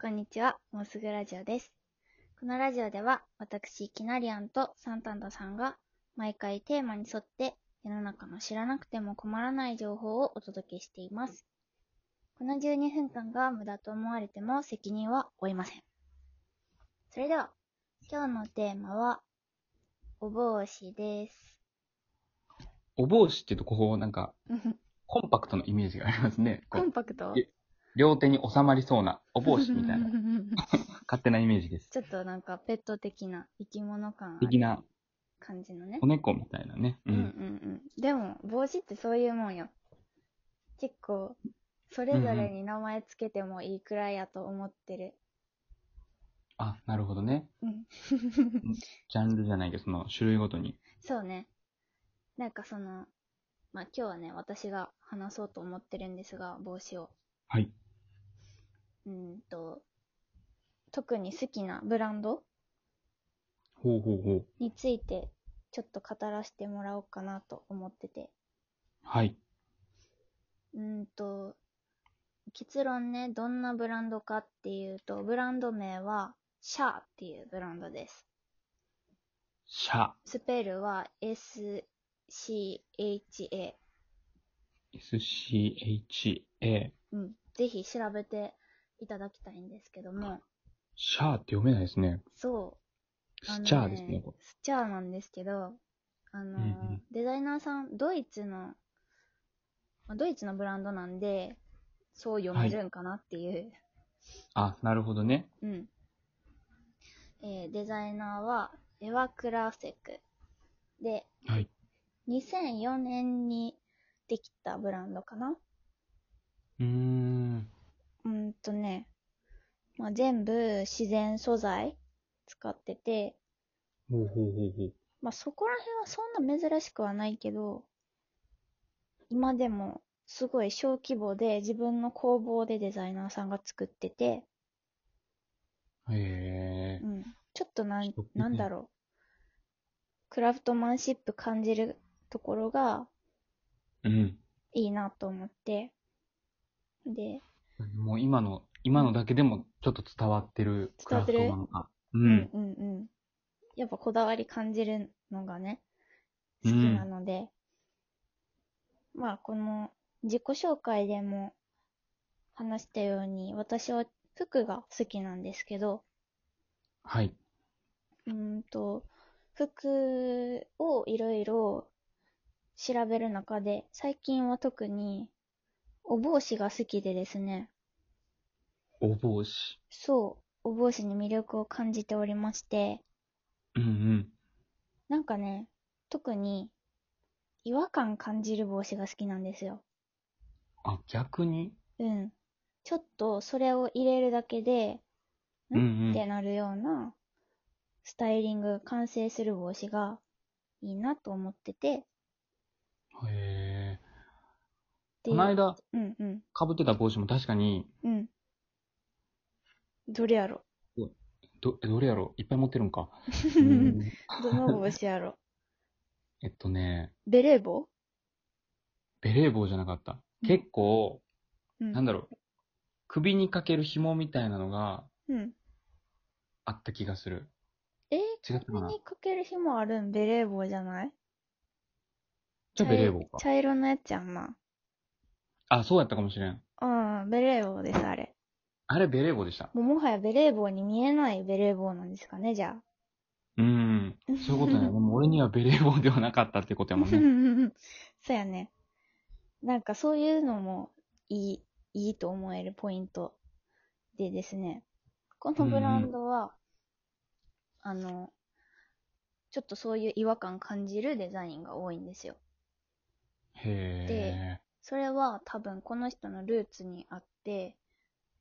こんにちは、もうすぐラジオです。このラジオでは、私、きなりあんとサンタンダさんが、毎回テーマに沿って、世の中の知らなくても困らない情報をお届けしています。この12分間が無駄と思われても責任は負いません。それでは、今日のテーマは、お帽子です。お帽子っていうと、こう、なんか、うんコンパクトなイメージがありますね。こ コンう、パクトえ両手に収まりそうなお帽子みたい な、ち勝手なイメージです。ょっとなんかペット的な生き物感あ的るな、感じのね子。猫みたいなね。ううんうんん。うん。でも、帽子ってそういうもんよ。結構、それぞれに名前つけてもいいくらいやと思ってる。あ、なるほどね。うん。ジャンルじゃないけど、その種類ごとに。そうね。なんかその、まあ今日はね、私が話そうと思ってるんですが、帽子を。はい。うーんと、特に好きなブランドほうほうほう。について、ちょっと語らせてもらおうかなと思ってて。はい。うーんと、結論ね、どんなブランドかっていうと、ブランド名は、シャーっていうブランドです。シャ。スペルは SCHA。 S-C-H-A。うん。ぜひ調べていただきたいんですけども、シャーって読めないですね。そう、あスのチャーですね。これスチャーなんですけど、あのーうんうんデザイナーさん、ドイツの、まあドイツのブランドなんで、そう読めるんかなっていう、あ、なるほどね。うん。えーデザイナーは、エワ・クラーセク。で、はい。 2004年にできたブランドかなうーん。うーんとね、まあ、全部自然素材使ってて、ほうほうほうほう。まあ、そこら辺はそんな珍しくはないけど、今でもすごい小規模で自分の工房でデザイナーさんが作ってて、へうん、ちょっとなん小規模なんだろう、クラフトマンシップ感じるところがえ。うん。いいなと思って、で、もう今の、今のだけでもちょっと伝わってるク伝ラわっフてトるマンが。う。うんうんうん。やっぱこだわり感じるのがね、好きなので、まあこの自己紹介でも話したように、私は服が好きなんですけど、はい。うーんと、服をいろいろ調べる中で、最近は特にお帽子が好きでですね、お帽子。そう、お帽子に魅力を感じておりまして、うんうん。なんかね、特に違和感感じる帽子が好きなんですよ。あ、逆にうん。ちょっとそれを入れるだけで、うんんうんってなるようなスタイリング、完成する帽子がいいなと思ってて、へえ。でこの間、うんうん、被ってた帽子も確かに、うん。どれ やろど、どれやろういっぱい持ってるん か。うんどの帽子やろえっとね、ベレー帽ベレー帽じゃなかった。うん結構、うん。なんだろう、首にかける紐みたいなのがうん。あった気がする。えー、違ったか首なにかける紐あるんベレー帽じゃないじゃあベレー帽茶か。茶色のやつやんな。あ、そうやったかもしれん。うん、ベレー帽です、あれ。あれベレー帽でした。もうもはやベレー帽に見えないベレー帽なんですかね、じゃあ。うん。そういうことね。でも俺にはベレー帽ではなかったってことやもんね。 そうやね。なんかそういうのもいい、いいと思えるポイントでですね。このブランドは、あの、ちょっとそういう違和感感じるデザインが多いんですよ。へえ。それは多分この人のルーツにあって、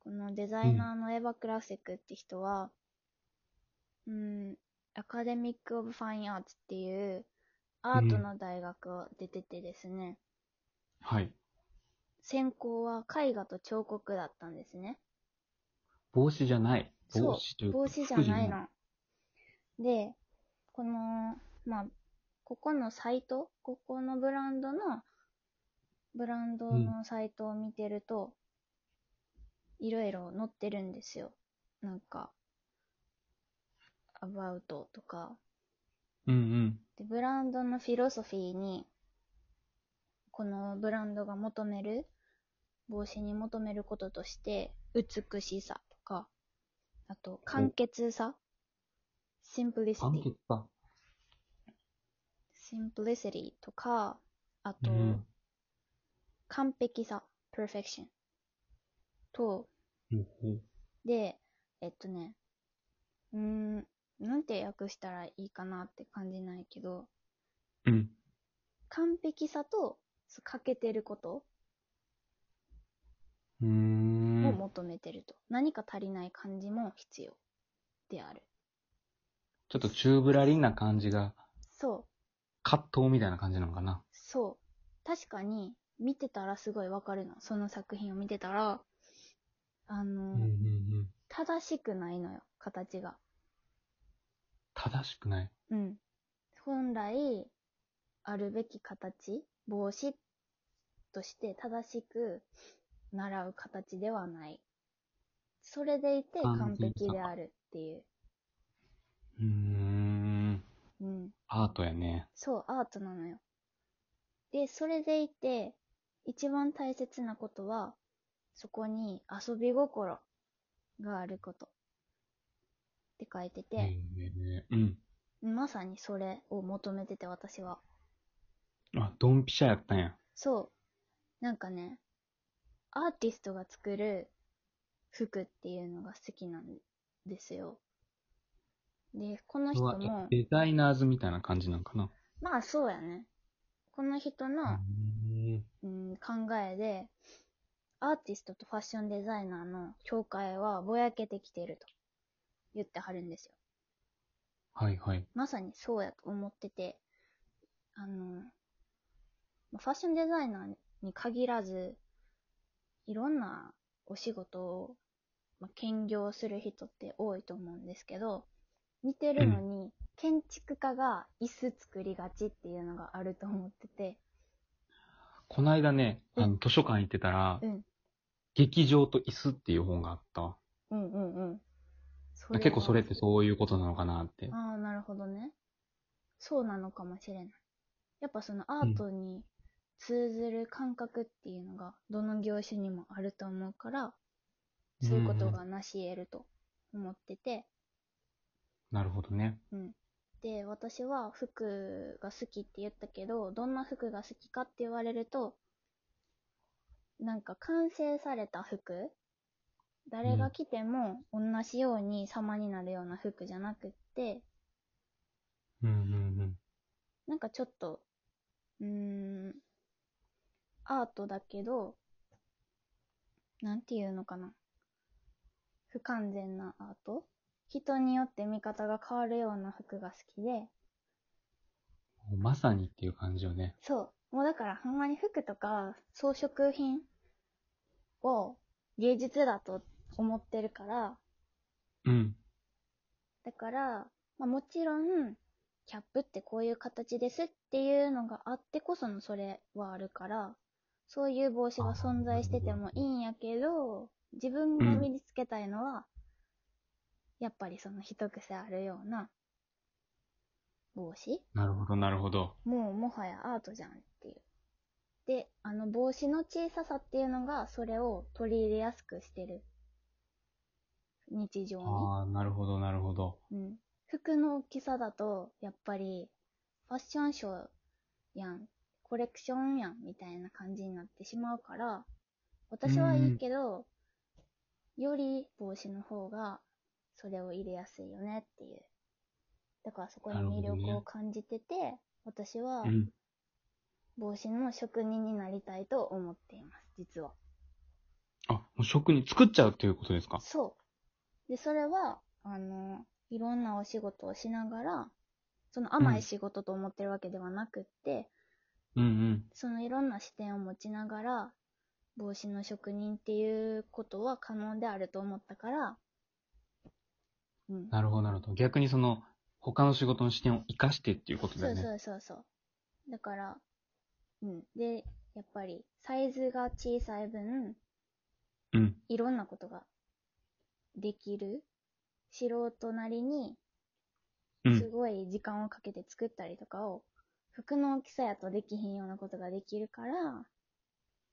このデザイナーのエヴァ・クラセクって人は、うん、アカデミック・オブ・ファイン・アーツっていうアートの大学を出ててですね、はい。専攻は絵画と彫刻だったんですね。帽子じゃない。そう帽子というか帽子じゃない。服の。で、この、まあ、ここのサイト、ここのブランドの、ブランドのサイトを見てると、いろいろ載ってるんですよ。なんか、アバウトとか、うんで、ブランドのフィロソフィーに、このブランドが求める、帽子に求めることとして、美しさとか、あと、簡潔さ、シンプリシテ簡ィ、潔か。シンプリシティとか、あうと、ん。完璧さ、perfection と、うんうんで、えっとね、うーん、なんて訳したらいいかなって感じないけど、うん。完璧さと、そう欠けてることうーをん。求めてると、何か足りない感じも必要であるちょっとチューブラリンな感じが、そう葛藤みたいな感じなのかな。そう確かに見てたらすごいわかるのその作品を見てたらあうの、んうんうん。正しくないのよ形が正しくない。うん本来あるべき形帽子として正しく習う形ではないそれでいて完璧であるっていう、うーん。うん、アートやね。そう、アートなのよ。で、それでいて、一番大切なことは、そこに遊び心があること。って書いてへて、ーうん。まさにそれを求めてて、私は。あ、ドンピシャやったんや。そう。なんかね、アーティストが作る服っていうのが好きなんですよ。で、このう人わも、デザイナーズみたいな感じなんかな。まあそうやね。この人の、うん。うん、考えで、アーティストとファッションデザイナーの境界はぼやけてきていると言ってはるんですよ。はいはい。まさにそうやと思ってて、あの、まあファッションデザイナーに限らず、いろんなお仕事を、まあ兼業する人って多いと思うんですけど、似てるのに、建築家が椅子作りがちっていうのがあると思ってて、この間ね、うんあの、図書館行ってたら、うん、劇場と椅子っていう本があったわ。うんうんうん。そ結構それっはてそういうことなのかなって。ああ、なるほどね。そうなのかもしれない。やっぱそのアートに通ずる感覚っていうのが、どの業種にもあると思うから、そういうことがなし得ると思ってて、なるほどね。うん。で、私は服が好きって言ったけど、どんな服が好きかって言われると、なんか完成された服誰が着ても同じように様になるような服じゃなくって、うんうんなんかちょっと、うーん、アートだけど、なんていうのかな。不完全なアート人によって見方が変わるような服が好きで、うん。まさにっていう感じよね。そう。もうだからほんまに服とか装飾品を芸術だと思ってるから、うん。だから、まあ、もちろん、キャップってこういう形ですっていうのがあってこそのそれはあるから、そういう帽子が存在しててもいいんやけど、自分が身につけたいのは、やっぱりその一癖あるような帽子なるほど、なるほど。もうもはやアートじゃんっていう。で、あの帽子の小ささっていうのがそれを取り入れやすくしてる。日常に。ああ、なるほど、なるほど。うん、服の大きさだと、やっぱり、ファッションショーやん、コレクションやん、みたいな感じになってしまうから、私はいいけど、より帽子の方が、それを入れやすいよねっていう。だからそこに魅なるほど力ねを感じてて、私はうん。帽子の職人になりたいと思っています、実は。あ、もう職人作っちゃうっていうことですかそう。で、それは、あの、いろんなお仕事をしながら、その甘い仕事と思ってるわけではなくって、うんそのいろんな視点を持ちながら、帽子の職人っていうことは可能であると思ったから、うんうん。。なるほど、なるほど。逆にその、他の仕事の視点を活かしてっていうことだそようね。そうそうそう。だから、うん。で、やっぱり、サイズが小さい分、うん。いろんなことができる素人なりに、うすん。ごい時間をかけて作ったりとかを、服の大きさやとできひんようなことができるから、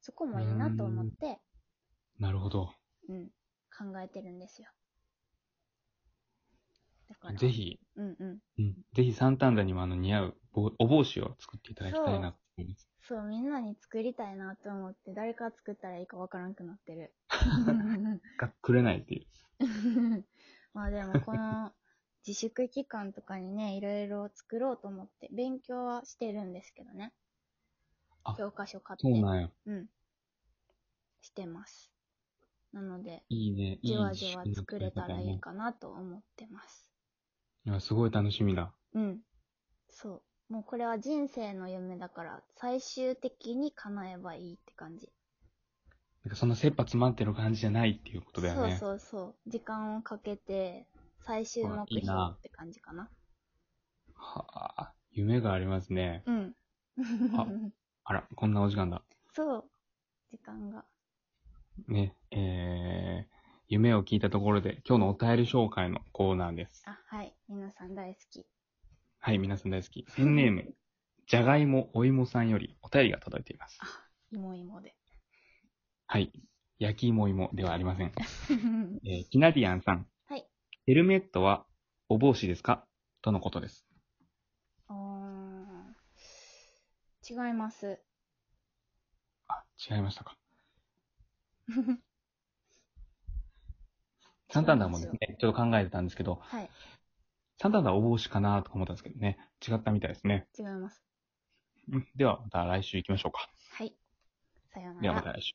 そこもいいなと思って、なるほど。うん、考えてるんですよ。だから、ぜ。ひ、うんうん。うん、ぜひ三段ダにもあの似合う帽お帽子を作っていただきたいなと思います。そう、みんなに作りたいなと思って、誰から作ったらいいかわからんくなってる。 がくれないっていう。まあでも、この自粛期間とかにね、いろいろ作ろうと思って、勉強はしてるんですけどねあ。教科書買って。そうなんや。うん。してます。なので、いいね。いいじわじわ自信の作れたら作いりい方かなと思ってます。ねいや、すごい楽しみだ。うん。そう。もうこれは人生の夢だから、最終的に叶えばいいって感じ。なんかその切羽詰まってる感じじゃないっていうことだよね。そうそうそう。時間をかけて、最終目いい標なって感じかな。はあ、夢がありますね。うん。ああら、こんなお時間だ。 そう。時間が。ね、えー、夢を聞いたところで、今日のお便り紹介のコーナーです。あ、はい。皆さん大好き。はい、皆さん大好き。ペンネーム、じゃがいもお芋さんよりお便りが届いています。いもいもで。 はい、焼き芋芋ではありません。えー、キナディアンさん。はい。ヘルメットはお帽子ですかとのことです。あー違います。 あ、違いましたか。サンタンダーもですね、ちょっと考えてたんですけど、はい。サンタンダーお帽子かなとか思ったんですけどね、違ったみたいですね。違います。うんではまた来週行きましょうか。はい。さようなら。ではまた来週。